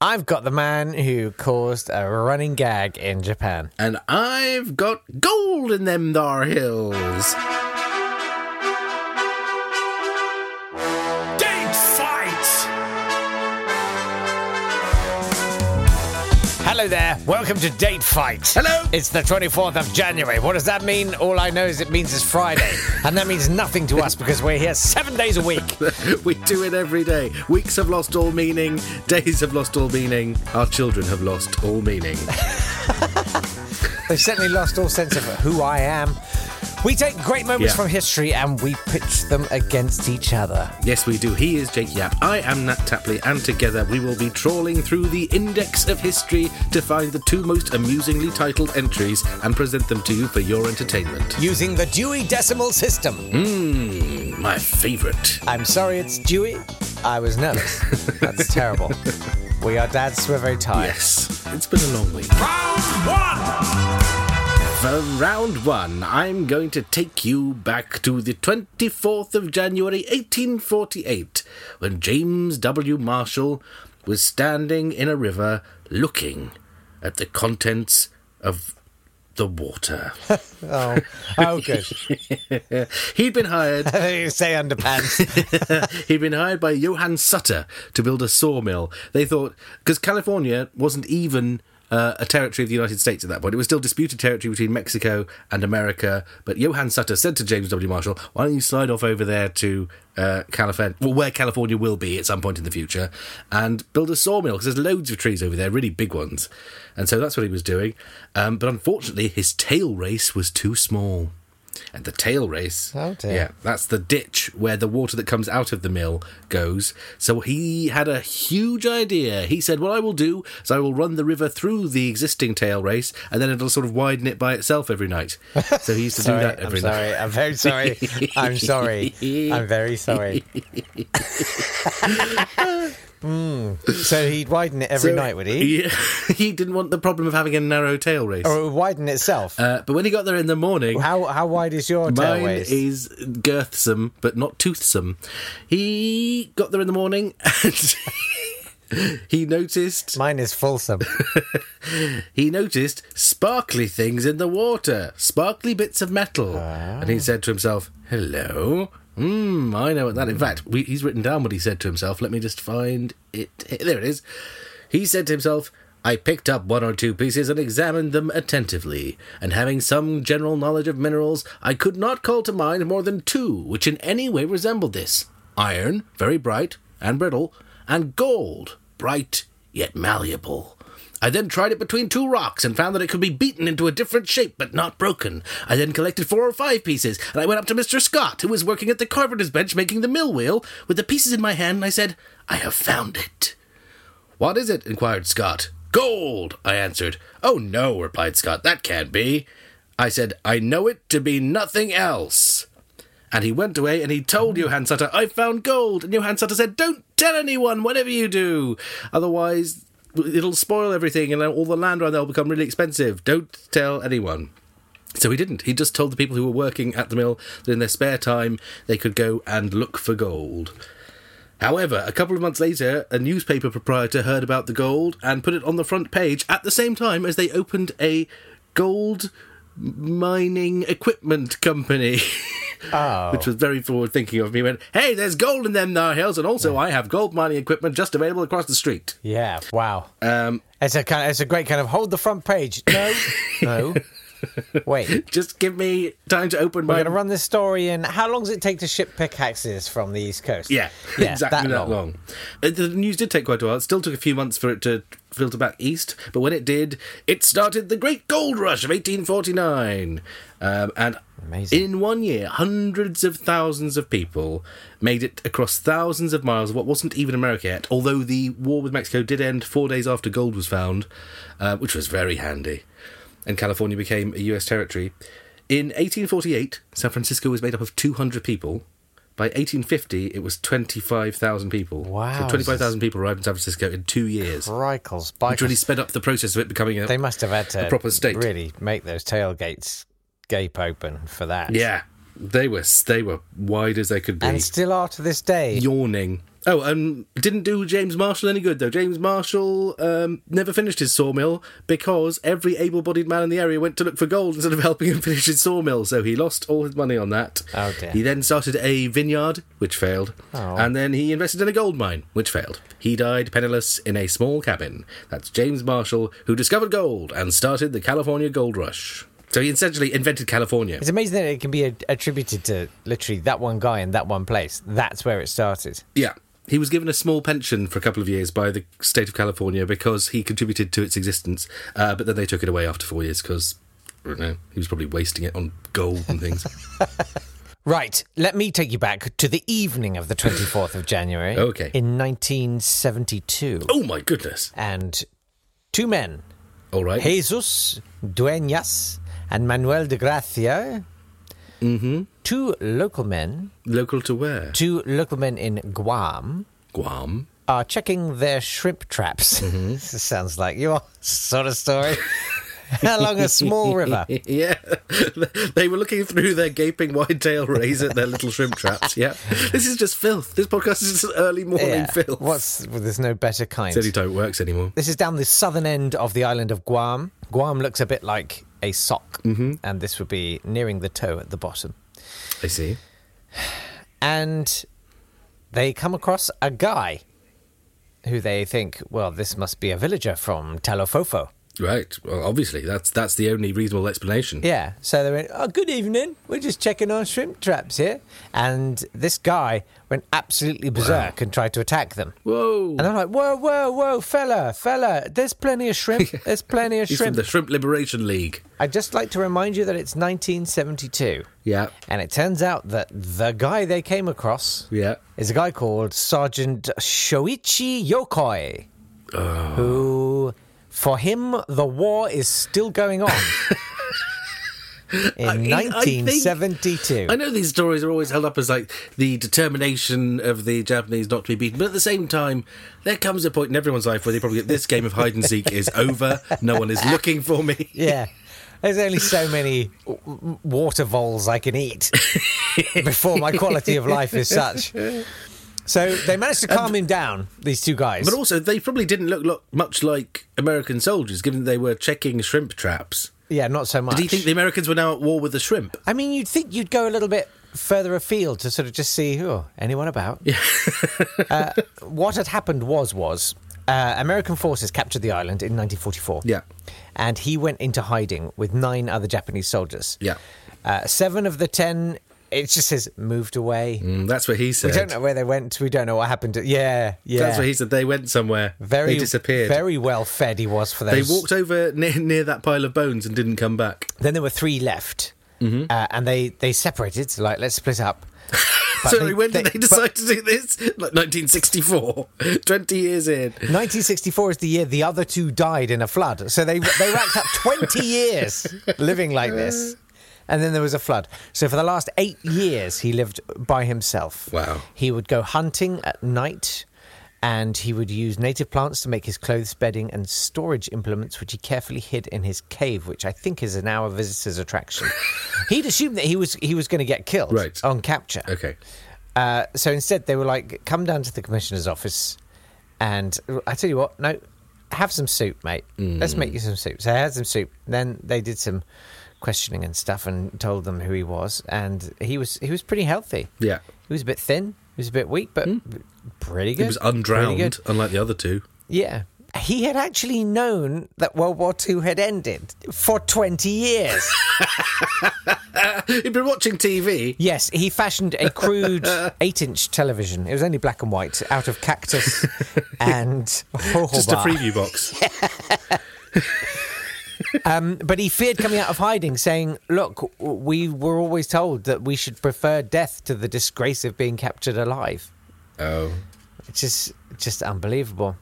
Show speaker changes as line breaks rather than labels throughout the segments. I've got the man who caused a running gag in Japan.
And I've got gold in them thar hills.
Game fights!
Hello there. Welcome to Date Fight.
Hello.
It's the 24th of January. What does that mean? All I know is it means it's Friday. and that means nothing to us because we're here seven days a week.
we do it every day. Weeks have lost all meaning. Days have lost all meaning. Our children have lost all meaning.
They've certainly lost all sense of who I am. We take great moments
Yeah.
from history and we pitch them against each other.
yes, we do. He is Jake Yap. I am Nat Tapley, and together we will be trawling through the index of history to find the two most amusingly titled entries and present them to you for your entertainment.
Using the Dewey Decimal System.
Mmm, my favourite.
I'm sorry it's Dewey. I was nervous. That's terrible. We are dads, we're very tired.
Yes, it's been a long week.
Round one!
For round one, I'm going to take you back to the 24th of January 1848 when James W. Marshall was standing in a river looking at the contents of the water.
Oh, oh good.
He'd been hired
you say underpants.
He'd been hired by Johann Sutter to build a sawmill. They thought, because California wasn't even uh, a territory of the United States at that point, it was still disputed territory between Mexico and America. But Johann Sutter said to James W. Marshall, why don't you slide off over there to uh, California, well, where California will be at some point in the future, and build a sawmill? Because there's loads of trees over there, really big ones. And so that's what he was doing. Um, but unfortunately, his tail race was too small. And the tail race.
Oh, dear.
Yeah, that's the ditch where the water that comes out of the mill goes. So he had a huge idea. He said, What I will do is I will run the river through the existing tail race and then it'll sort of widen it by itself every night. So he used to do
Sorry,
that
I'm
every night.
sorry. I'm very sorry. I'm sorry. I'm very sorry. mm. So he'd widen it every night, would he?
Yeah, he didn't want the problem of having a narrow tail race.
Or it would widen itself?
Uh, but when he got there in the morning,
how how wide is your
Mine
tailwaist?
is girthsome, but not toothsome. He got there in the morning and he noticed
Mine is fulsome.
he noticed sparkly things in the water, sparkly bits of metal. And he said to himself, Hello? Mmm, I know what that. In fact, we, he's written down what he said to himself. Let me just find it. There it is. He said to himself, I picked up one or two pieces and examined them attentively, and having some general knowledge of minerals, I could not call to mind more than two which in any way resembled this iron, very bright and brittle, and gold, bright yet malleable. I then tried it between two rocks and found that it could be beaten into a different shape but not broken. I then collected four or five pieces, and I went up to Mr. Scott, who was working at the carpenter's bench making the mill wheel. With the pieces in my hand, and I said, I have found it. What is it? inquired Scott. Gold, I answered. Oh no, replied Scott, that can't be. I said, I know it to be nothing else. And he went away and he told Johann Sutter, I found gold. And Johann Sutter said, Don't tell anyone whatever you do. Otherwise, it'll spoil everything and all the land around there will become really expensive. Don't tell anyone. So he didn't. He just told the people who were working at the mill that in their spare time they could go and look for gold. However, a couple of months later, a newspaper proprietor heard about the gold and put it on the front page at the same time as they opened a gold mining equipment company.
Oh.
Which was very forward thinking of me. He Went, hey, there's gold in them thar hills, and also I have gold mining equipment just available across the street.
Yeah. Wow.
Um,
It's a kind. it's a great kind of hold the front page. No. No. Wait.
just give me time to open
We're
my
going to run this story in. How long does it take to ship pickaxes from the East Coast?
Yeah,
Yeah,
exactly
that long.
that, long. Uh, The news did take quite a while. It still took a few months for it to filter back east, but when it did, it started the Great Gold Rush of 1849. Um, and
Amazing.
in one year, hundreds of thousands of people made it across thousands of miles of what wasn't even America yet, although the war with Mexico did end four days after gold was found, uh, which was very handy. And California became a US territory. In 1848, San Francisco was made up of 200 people. By 1850, it was 25,000 people. So
Wowzers.
25,000 people arrived in San Francisco in two years,
Rikles,
which really sped up the process of it becoming a.
They must have had to
a proper state.
really make those tailgates gape open for that.
yeah, they were they were wide as they could be,
And still are to this day.
yawning. Oh, and didn't do James Marshall any good though. James Marshall um, never finished his sawmill because every able-bodied man in the area went to look for gold instead of helping him finish his sawmill. So he lost all his money on that.
Oh, dear.
He then started a vineyard, which failed,
Oh.
and then he invested in a gold mine, which failed. He died penniless in a small cabin. That's James Marshall, who discovered gold and started the California Gold Rush. So he essentially invented California.
It's amazing that it can be a- attributed to literally that one guy in that one place. That's where it started.
Yeah. He was given a small pension for a couple of years by the state of California because he contributed to its existence, uh, but then they took it away after four years because, I don't know, he was probably wasting it on gold and things.
Right, let me take you back to the evening of the 24th of January.
Okay.
In 1972.
oh my goodness.
And two men,
All right.
Jesus Duenas and Manuel de Gracia,
Mm-hmm.
two local men,
Local to where?
two local men in Guam,
Guam.
are checking their shrimp traps. This sounds like your sort of story. Along a small river.
Yeah. they were looking through their gaping wide tail rays at their little shrimp traps. Yeah. This is just filth. This podcast is just early morning
Yeah.
filth.
What's well, there's no better kind.
Said he don't works anymore.
This is down the southern end of the island of Guam. Guam looks a bit like a sock, and this would be nearing the toe at the bottom.
I see.
And they come across a guy who they think, well, this must be a villager from Talofofo.
Right. Well, obviously, that's that's the only reasonable explanation.
Yeah. So they went, oh, good evening. We're just checking our shrimp traps here. And this guy went absolutely berserk and tried to attack them.
Whoa.
And I'm like, whoa, whoa, whoa, fella, fella, there's plenty of shrimp. There's plenty of
He's
shrimp.
from the Shrimp Liberation League.
I'd just like to remind you that it's 1972.
Yeah.
And it turns out that the guy they came across
Yeah.
is a guy called Sergeant Shoichi Yokoi, who, for him, the war is still going on. In
I mean, I think-
1972.
I know these stories are always held up as like the determination of the Japanese not to be beaten, but at the same time, there comes a point in everyone's life where they probably get this game of hide and seek is over. No one is looking for me.
yeah. There's only so many w- w- water voles I can eat before my quality of life is such. So they managed to calm him down, these two guys.
But also, they probably didn't look lo- much like American soldiers, given that they were checking shrimp traps.
yeah, not so much.
Do you think the Americans were now at war with the shrimp?
I mean, you'd think you'd go a little bit further afield to sort of just see oh, anyone about. uh, what had happened was was uh, American forces captured the island in 1944.
Yeah.
and he went into hiding with nine other Japanese soldiers.
Yeah.
uh, seven of the ten. It just says moved away.
Mm, that's what he said.
We don't know where they went. We don't know what happened. To, yeah, yeah.
That's what he said. They went somewhere.
very
they disappeared.
Very well fed he was for
they
those.
walked over near, near that pile of bones and didn't come back.
Then there were three left,
Mm-hmm.
uh, and they they separated. so, Like let's split up. But
Sorry, when did they,
but-
decide to do this? Like 1964, 20 years in.
1964 is the year the other two died in a flood. So they they racked up 20 years living like this. And then there was a flood. So for the last eight years, he lived by himself.
Wow.
He would go hunting at night and he would use native plants to make his clothes, bedding, and storage implements, which he carefully hid in his cave, which I think is now a visitor's attraction. He'd assumed that he was he was going to get killed
Right.
on capture.
Okay.
Uh, so instead, they were like, "Come down to the commissioner's office, and I tell you what, no, have some soup, mate.
Mm.
Let's make you some soup." So I had some soup. Then they did some questioning and stuff, and told them who he was, and he was he was pretty healthy.
Yeah. Hmm.
he was a bit thin, he was a bit weak, but pretty good.
He was
Pretty
undrowned,
good.
unlike the other two.
Yeah. He had actually known that World War II had ended for 20 years.
He'd been watching TV.
Yes, he fashioned a crude eight-inch television. It was only black and white, out of cactus and jojoba.
Just a preview box.
Um, but he feared coming out of hiding, saying, "Look, we were always told that we should prefer death to the disgrace of being captured alive."
Oh.
It's just, just unbelievable.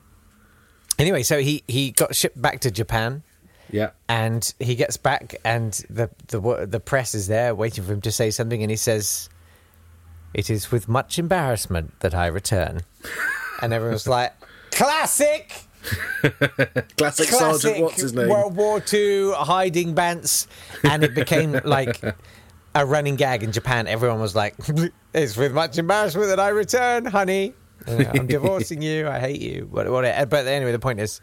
Anyway, so he he got shipped back to Japan.
Yeah.
and he gets back and the the wo- the press is there waiting for him to say something and he says it is with much embarrassment that i return and everyone's like classic
Classic,
classic
Sergeant, what's his name?
world war ii hiding bants and it became like a running gag in japan everyone was like it's with much embarrassment that i return honey You know, I'm divorcing you. I hate you. What, what, but anyway, the point is,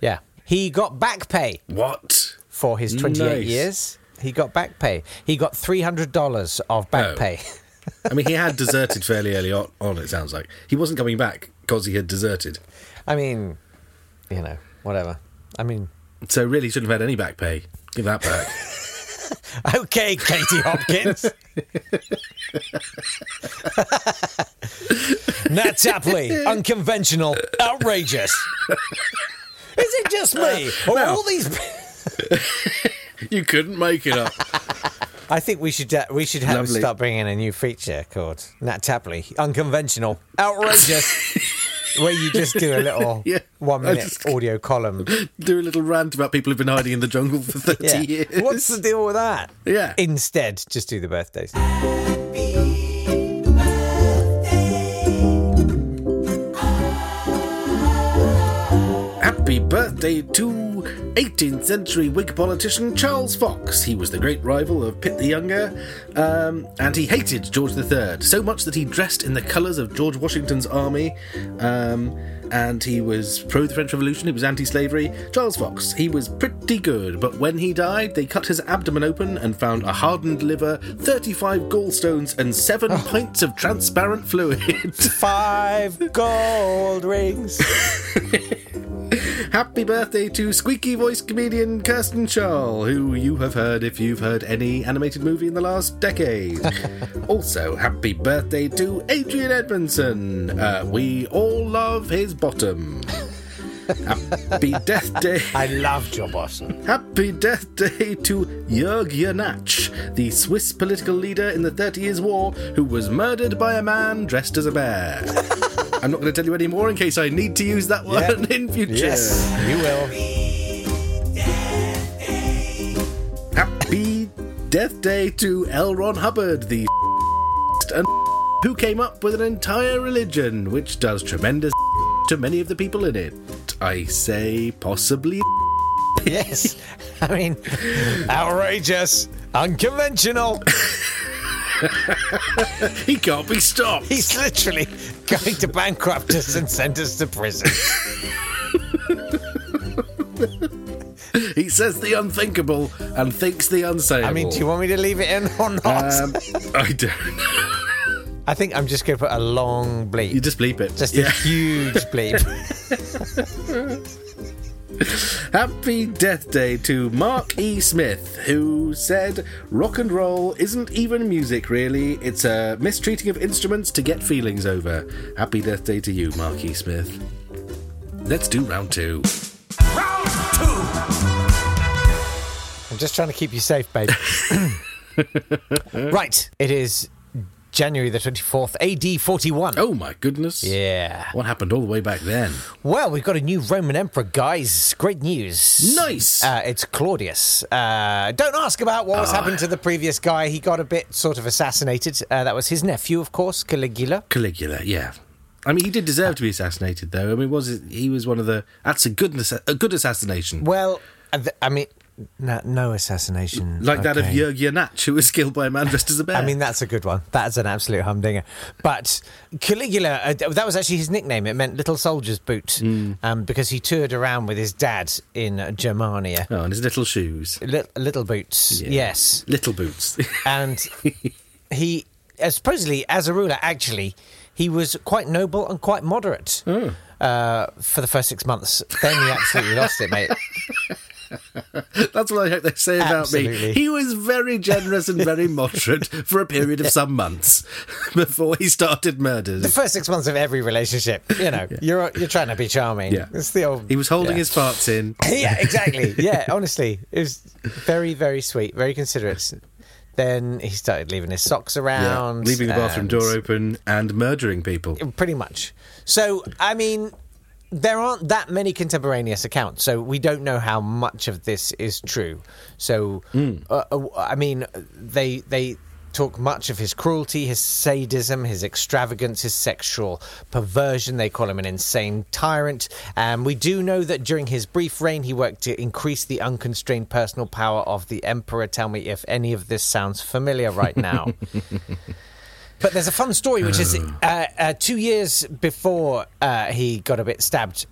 yeah, he got back pay
What?
for his 28
Nice.
years. He got back pay. He got $300 of back
Oh.
pay.
I mean, he had deserted fairly early on, on, it sounds like. He wasn't coming back because he had deserted.
I mean, you know, whatever. I mean,
So really shouldn't have had any back pay. Give that back.
okay, Katie Hopkins. Nat Tapley, unconventional, outrageous. Is it just me? Or
no.
all these.
you couldn't make it up.
I think we should uh, we should have
Lovely.
start bringing in a new feature called Nat Tapley, unconventional, outrageous, where you just do a little
Yeah,
one minute
I just-
audio column.
Do a little rant about people who've been hiding in the jungle for 30
Yeah.
years.
What's the deal with that?
Yeah.
Instead, just do the birthdays.
Happy birthday to 18th century Whig politician Charles Fox. He was the great rival of Pitt the Younger, um, and he hated George III so much that he dressed in the colours of George Washington's army, um, and he was pro the French Revolution, he was anti slavery. Charles Fox, he was pretty good, but when he died, they cut his abdomen open and found a hardened liver, 35 gallstones, and seven pints of transparent fluid.
Five gold rings.
Happy birthday to squeaky voice comedian Kirsten Schaal, who you have heard if you've heard any animated movie in the last decade. also, happy birthday to Adrian Edmondson. Uh, we all love his bottom. happy death day.
I loved your Boston.
Happy death day to Jörg Janach, the Swiss political leader in the Thirty Years' War, who was murdered by a man dressed as a bear. I'm not going to tell you any more in case I need to use that one
Yeah.
in future.
Yes, you will.
Happy Death Day to L. Ron Hubbard, the and who came up with an entire religion which does tremendous to many of the people in it. I say possibly.
Yes. I mean, outrageous, unconventional.
He can't be stopped.
He's literally going to bankrupt us and send us to prison.
He says the unthinkable and thinks the unsayable.
I mean, do you want me to leave it in or not?
Um, I don't. know.
I think I'm just going to put a long bleep.
You just bleep it.
just
Yeah.
a huge bleep.
Happy Death Day to Mark E. Smith, who said, Rock and roll isn't even music, really. It's a mistreating of instruments to get feelings over. Happy Death Day to you, Mark E. Smith. Let's do round two.
Round two.
I'm just trying to keep you safe, babe. right. It is January the 24th, AD 41.
Oh my goodness.
Yeah.
What happened all the way back then?
Well, we've got a new Roman emperor, guys. Great news.
Nice. Ah.
Uh, it's Claudius. Uh, don't ask about what was happened to the previous guy. He got a bit sort of assassinated. Uh, that was his nephew, of course, Caligula.
Caligula, yeah. I mean, he did deserve to be assassinated, though. I mean, was it, he was one of the. That's a good, assa- a good assassination.
Well, I th- I mean, no, no assassination.
Like that of
Okay.
Jörg Janach, who was killed by a man dressed as a bear.
I mean, that's a good one. That's an absolute humdinger. But Caligula, uh, that was actually his nickname. It meant little soldier's boot
Hmm.
um, because he toured around with his dad in uh, Germania.
Oh, and his little shoes.
Lit- little boots,
Yeah.
yes.
Little boots.
And he, uh, supposedly, as a ruler, actually, he was quite noble and quite moderate
Hmm.
uh, for the first six months. Then he absolutely lost it, mate.
That's what I hope they say about
Absolutely.
me. He was very generous and very moderate for a period of some months before he started
The
murders.
first six months of every relationship, you know, you're you're trying to be charming.
Yeah.
It's the old.
He was holding
yeah.
his farts in.
yeah, exactly. Yeah, honestly, it was very, very sweet, very considerate. Then he started leaving his socks
yeah,
around,
leaving the bathroom
and-
door open and murdering people.
Pretty much. So, I mean, there aren't that many contemporaneous accounts, so we don't know how much of this is true. So, uh, uh, I mean, they they talk much of his cruelty, his sadism, his extravagance, his sexual perversion. They call him an insane tyrant. And we do know that during his brief reign, he worked to increase the unconstrained personal power of the emperor. Tell me if any of this sounds familiar right now. But there's a fun story, which is uh, uh, two years before uh, he got a bit stabbed,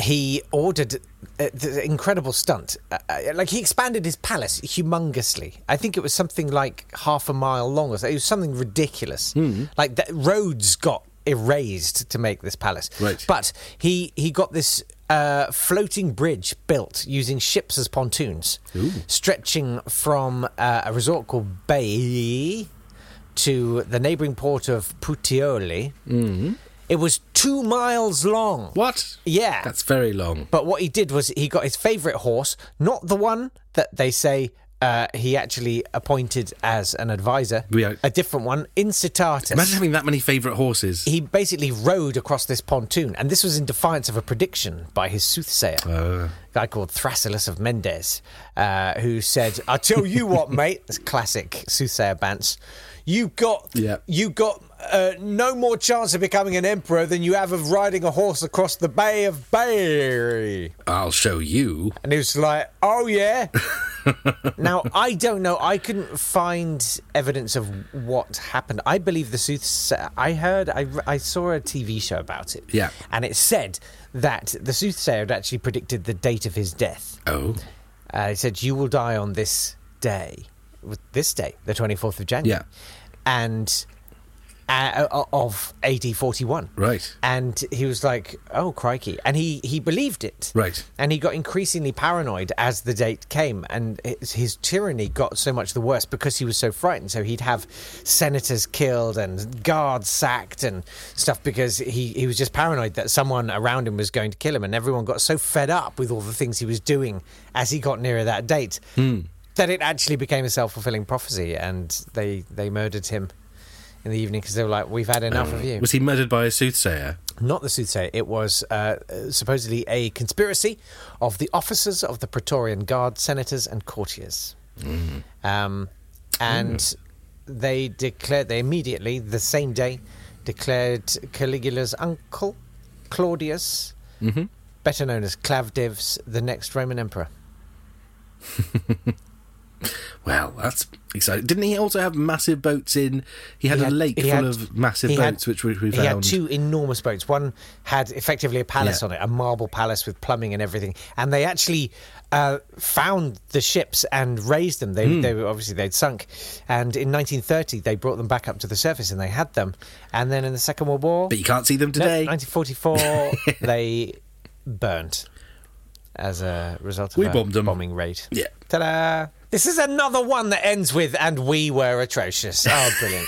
he ordered uh, the incredible stunt. Uh, uh, like he expanded his palace humongously. I think it was something like half a mile long, or so. it was something ridiculous. Like the roads got erased to make this palace.
Right.
But he he got this. Uh, floating bridge built using ships as pontoons, stretching from uh, a resort called Bay to the neighbouring port of Puteoli. Mm-hmm. It was two miles long.
What?
Yeah.
That's very long.
But what he did was he got his favourite horse, not the one that they say uh, he actually appointed as an advisor,
Yeah.
a different one, Incitatus.
Imagine having that many favourite horses.
he basically rode across this pontoon, and this was in defiance of a prediction by his soothsayer, a guy called Thrasyllus of Mendes, uh, who said, "I tell you what, mate, this classic soothsayer bants, you got,
Yeah.
you got uh, no more chance of becoming an emperor than you have of riding a horse across the Bay of Bay."
I'll show you.
And he was like, "Oh yeah." now I don't know. I couldn't find evidence of what happened. I believe the soothsayer. I heard. I, I saw a TV show about it.
Yeah.
And it said that the soothsayer had actually predicted the date of his death.
Oh.
Uh, he said, "You will die on this day, with this day, the twenty fourth of January."
Yeah.
And uh, o- of AD forty one.
Right.
And he was like, "Oh crikey!" And he he believed it.
Right.
And he got increasingly paranoid as the date came, and his, his tyranny got so much the worse because he was so frightened. So he'd have senators killed and guards sacked and stuff because he, he was just paranoid that someone around him was going to kill him. And everyone got so fed up with all the things he was doing as he got nearer that date that it actually became a self fulfilling prophecy. And they, they murdered him in the evening because they were like, We've had enough of you
Was he murdered by a soothsayer?
not the soothsayer. It was uh, uh, supposedly a conspiracy of the officers of the Praetorian Guard, senators, and courtiers. Um, and they declared, they immediately, the same day, declared Caligula's uncle, Claudius, better known as Clavdivs, the next Roman emperor.
Well, that's exciting. Didn't he also have massive boats in? He had
He
a
had-
lake
he
full
had-
of massive
he had-
boats, which we, we
he
found.
had two enormous boats. One had effectively a palace
Yeah.
on it, a marble palace with plumbing and everything. And they actually uh, found the ships and raised them.
Hmm.
They, they were obviously they'd sunk, and in 1930 they brought them back up to the surface and they had them. And then in the Second World War,
But you can't see them
no,
today.
1944, they burned as a result of
We
a
bombed them.
bombing raid.
Yeah.
Ta-da! This is another one that ends with "and we were atrocious." Oh,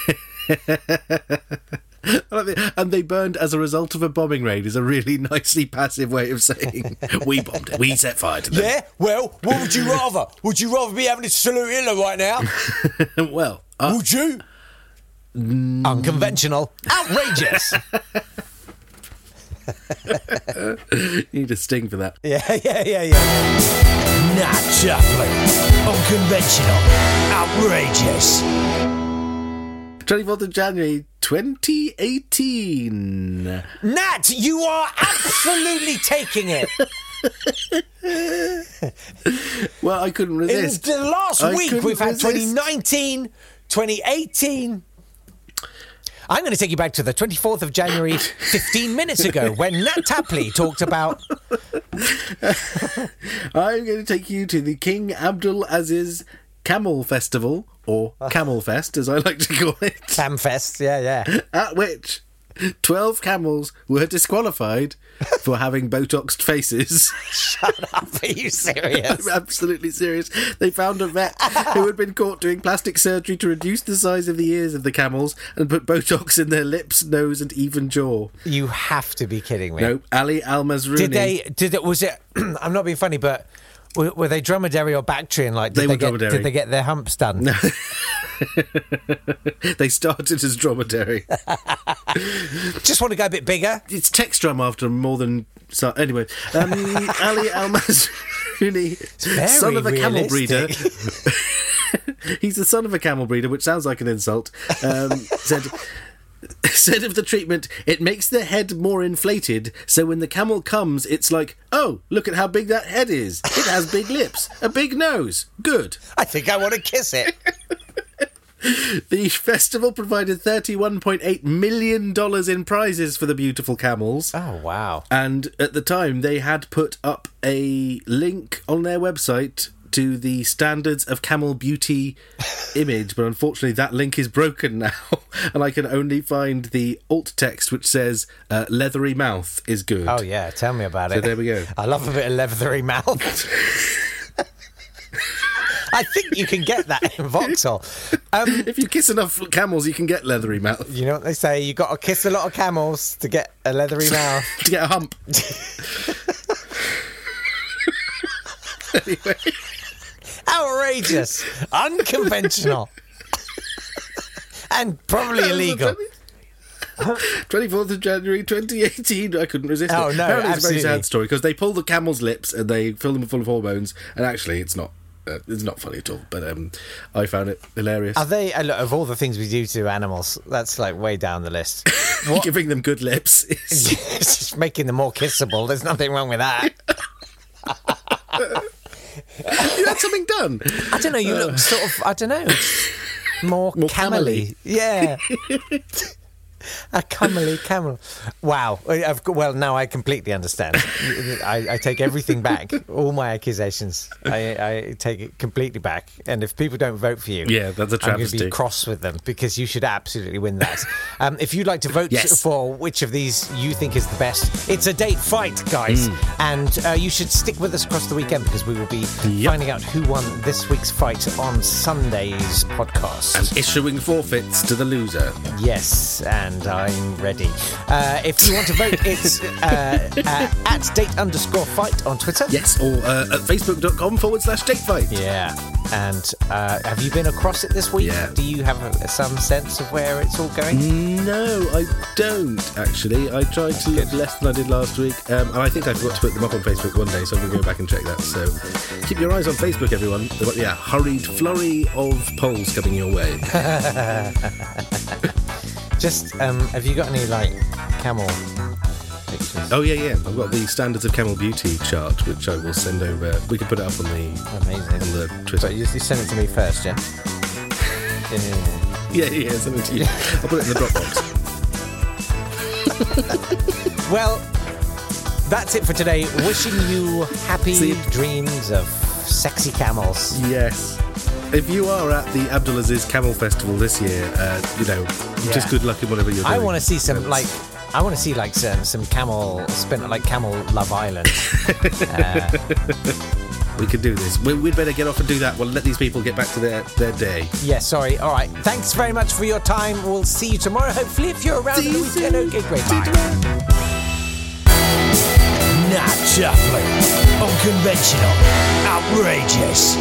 brilliant!
and they burned as a result of a bombing raid is a really nicely passive way of saying we bombed it, we set fire to them.
Yeah, well, what would you rather? Would you rather be having a salute Hitler right now?
well, uh,
Would you? Unconventional. Outrageous.
you need a sting for that.
yeah, yeah, yeah, yeah.
Nat Chaplin. Unconventional. Outrageous.
24th of January 2018.
Nat, you are absolutely taking it.
Well, I couldn't
In
resist.
the last
I
week,
couldn't
we've had
resist.
2019, 2018. I'm going to take you back to the 24th of January, 15 minutes ago, when Nat Tapley talked about.
I'm going to take you to the King Abdul Aziz Camel Festival, or Camel Fest, as I like to call it,
Samfest, yeah, yeah.
at which 12 camels were disqualified for having Botoxed faces.
Are you serious?
I'm absolutely serious. They found a vet who had been caught doing plastic surgery to reduce the size of the ears of the camels and put Botox in their lips, nose, and even jaw.
You have to be kidding me.
No, Ali Al Mazruni.
Did they? Did it? Was it? I'm not being funny, but were, were they dromedary or Bactrian? Like, did
They
they,
were
get,
dromedary.
did they get their humps done?
They started as dromedary.
Just want to go a bit bigger.
it's text drum after more than so anyway um, ali al-mazruni
very
son of a camel breeder
realistic.
he's the son of a camel breeder which sounds like an insult um, said said of the treatment it makes the head more inflated so when the camel comes it's like oh look at how big that head is it has big lips a big nose good
I think I want to kiss it.
The festival provided $31.8 million in prizes for the beautiful camels.
Oh wow!
And at the time, they had put up a link on their website to the standards of camel beauty image, but unfortunately, that link is broken now, and I can only find the alt text which says uh, "leathery mouth is good."
Oh yeah, tell me about it.
there we go.
I love a bit of leathery mouth. I think you can get that in Vauxhall. Um,
If you kiss enough camels, you can get leathery mouth
you know what they say? You got to kiss a lot of camels to get a leathery mouth.
to get a hump.
Outrageous, unconventional, and probably illegal.
Twenty fourth of January, twenty eighteen. I couldn't resist.
Oh,
it.
no,
Apparently it's a very
absolutely.
sad story because they pull the camel's lips and they fill them full of hormones, and actually, it's not. Uh, it's not funny at all. But um, I found it hilarious.
Are they? uh, Look, of all the things we do to animals, that's like way down the list.
Giving them good lips. is-
it's just making them more kissable. There's nothing wrong with that.
you had something done.
I don't know. You look sort of. I don't know. Uh. More,
More
camely.
camely.
Yeah. A camely camel. Wow. I- I've got, well, now I completely understand. I, I take everything back. All my accusations. I, I take it completely back. And if people don't vote for you,
Yeah, that's a
I'm going to
travesty.
be cross with them because you should absolutely win that. um, if you'd like to vote
Yes.
for which of these you think is the best, it's a date fight, guys.
Hmm.
And uh, you should stick with us across the weekend because we will be
Yep.
finding out who won this week's fight on Sunday's podcast.
And issuing forfeits to the loser.
Yes, and I'm ready. Uh, if you want to vote, it's uh, uh, at date underscore fight on Twitter.
Yes, or uh, at facebook.com forward slash datefight.
Yeah. And uh, have you been across it this week?
Yeah. Hmm.
Do you have a, some sense of where it's all going?
No, I don't actually. I tried to look less than I did last week, um, and I think I forgot to put them up on Facebook one day, so I'm going to go back and check that. So keep your eyes on Facebook, everyone. There might be a hurried flurry of polls coming your way.
Just, um, have you got any like camel pictures?
oh, yeah, yeah. I've got the standards of camel beauty chart, which I will send over. We can put it up on the on
Amazing.
the Twitter.
But you, you send it to me first, yeah? Yeah, yeah, yeah.
Yeah, yeah, send it to you. I'll put it in the Dropbox.
Well, that's it for today. Wishing you
See
happy
you.
dreams of sexy camels.
Yes. If you are at the Abdulaziz Camel Festival this year, uh, you know, just good luck in whatever you're doing.
I want to see some
That's-
like I want to see like some some camel spin like camel Love Island.
We could do this. We, we'd better get off and do that. We'll let these people get back to their, their day.
yeah, sorry. All right. Thanks very much for your time. We'll see you tomorrow. Hopefully, if you're around
See
on the
you
weekend.
soon.
Okay, great.
See you
Bye.
tomorrow.
Nat Chaplin. Unconventional.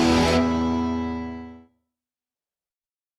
Outrageous.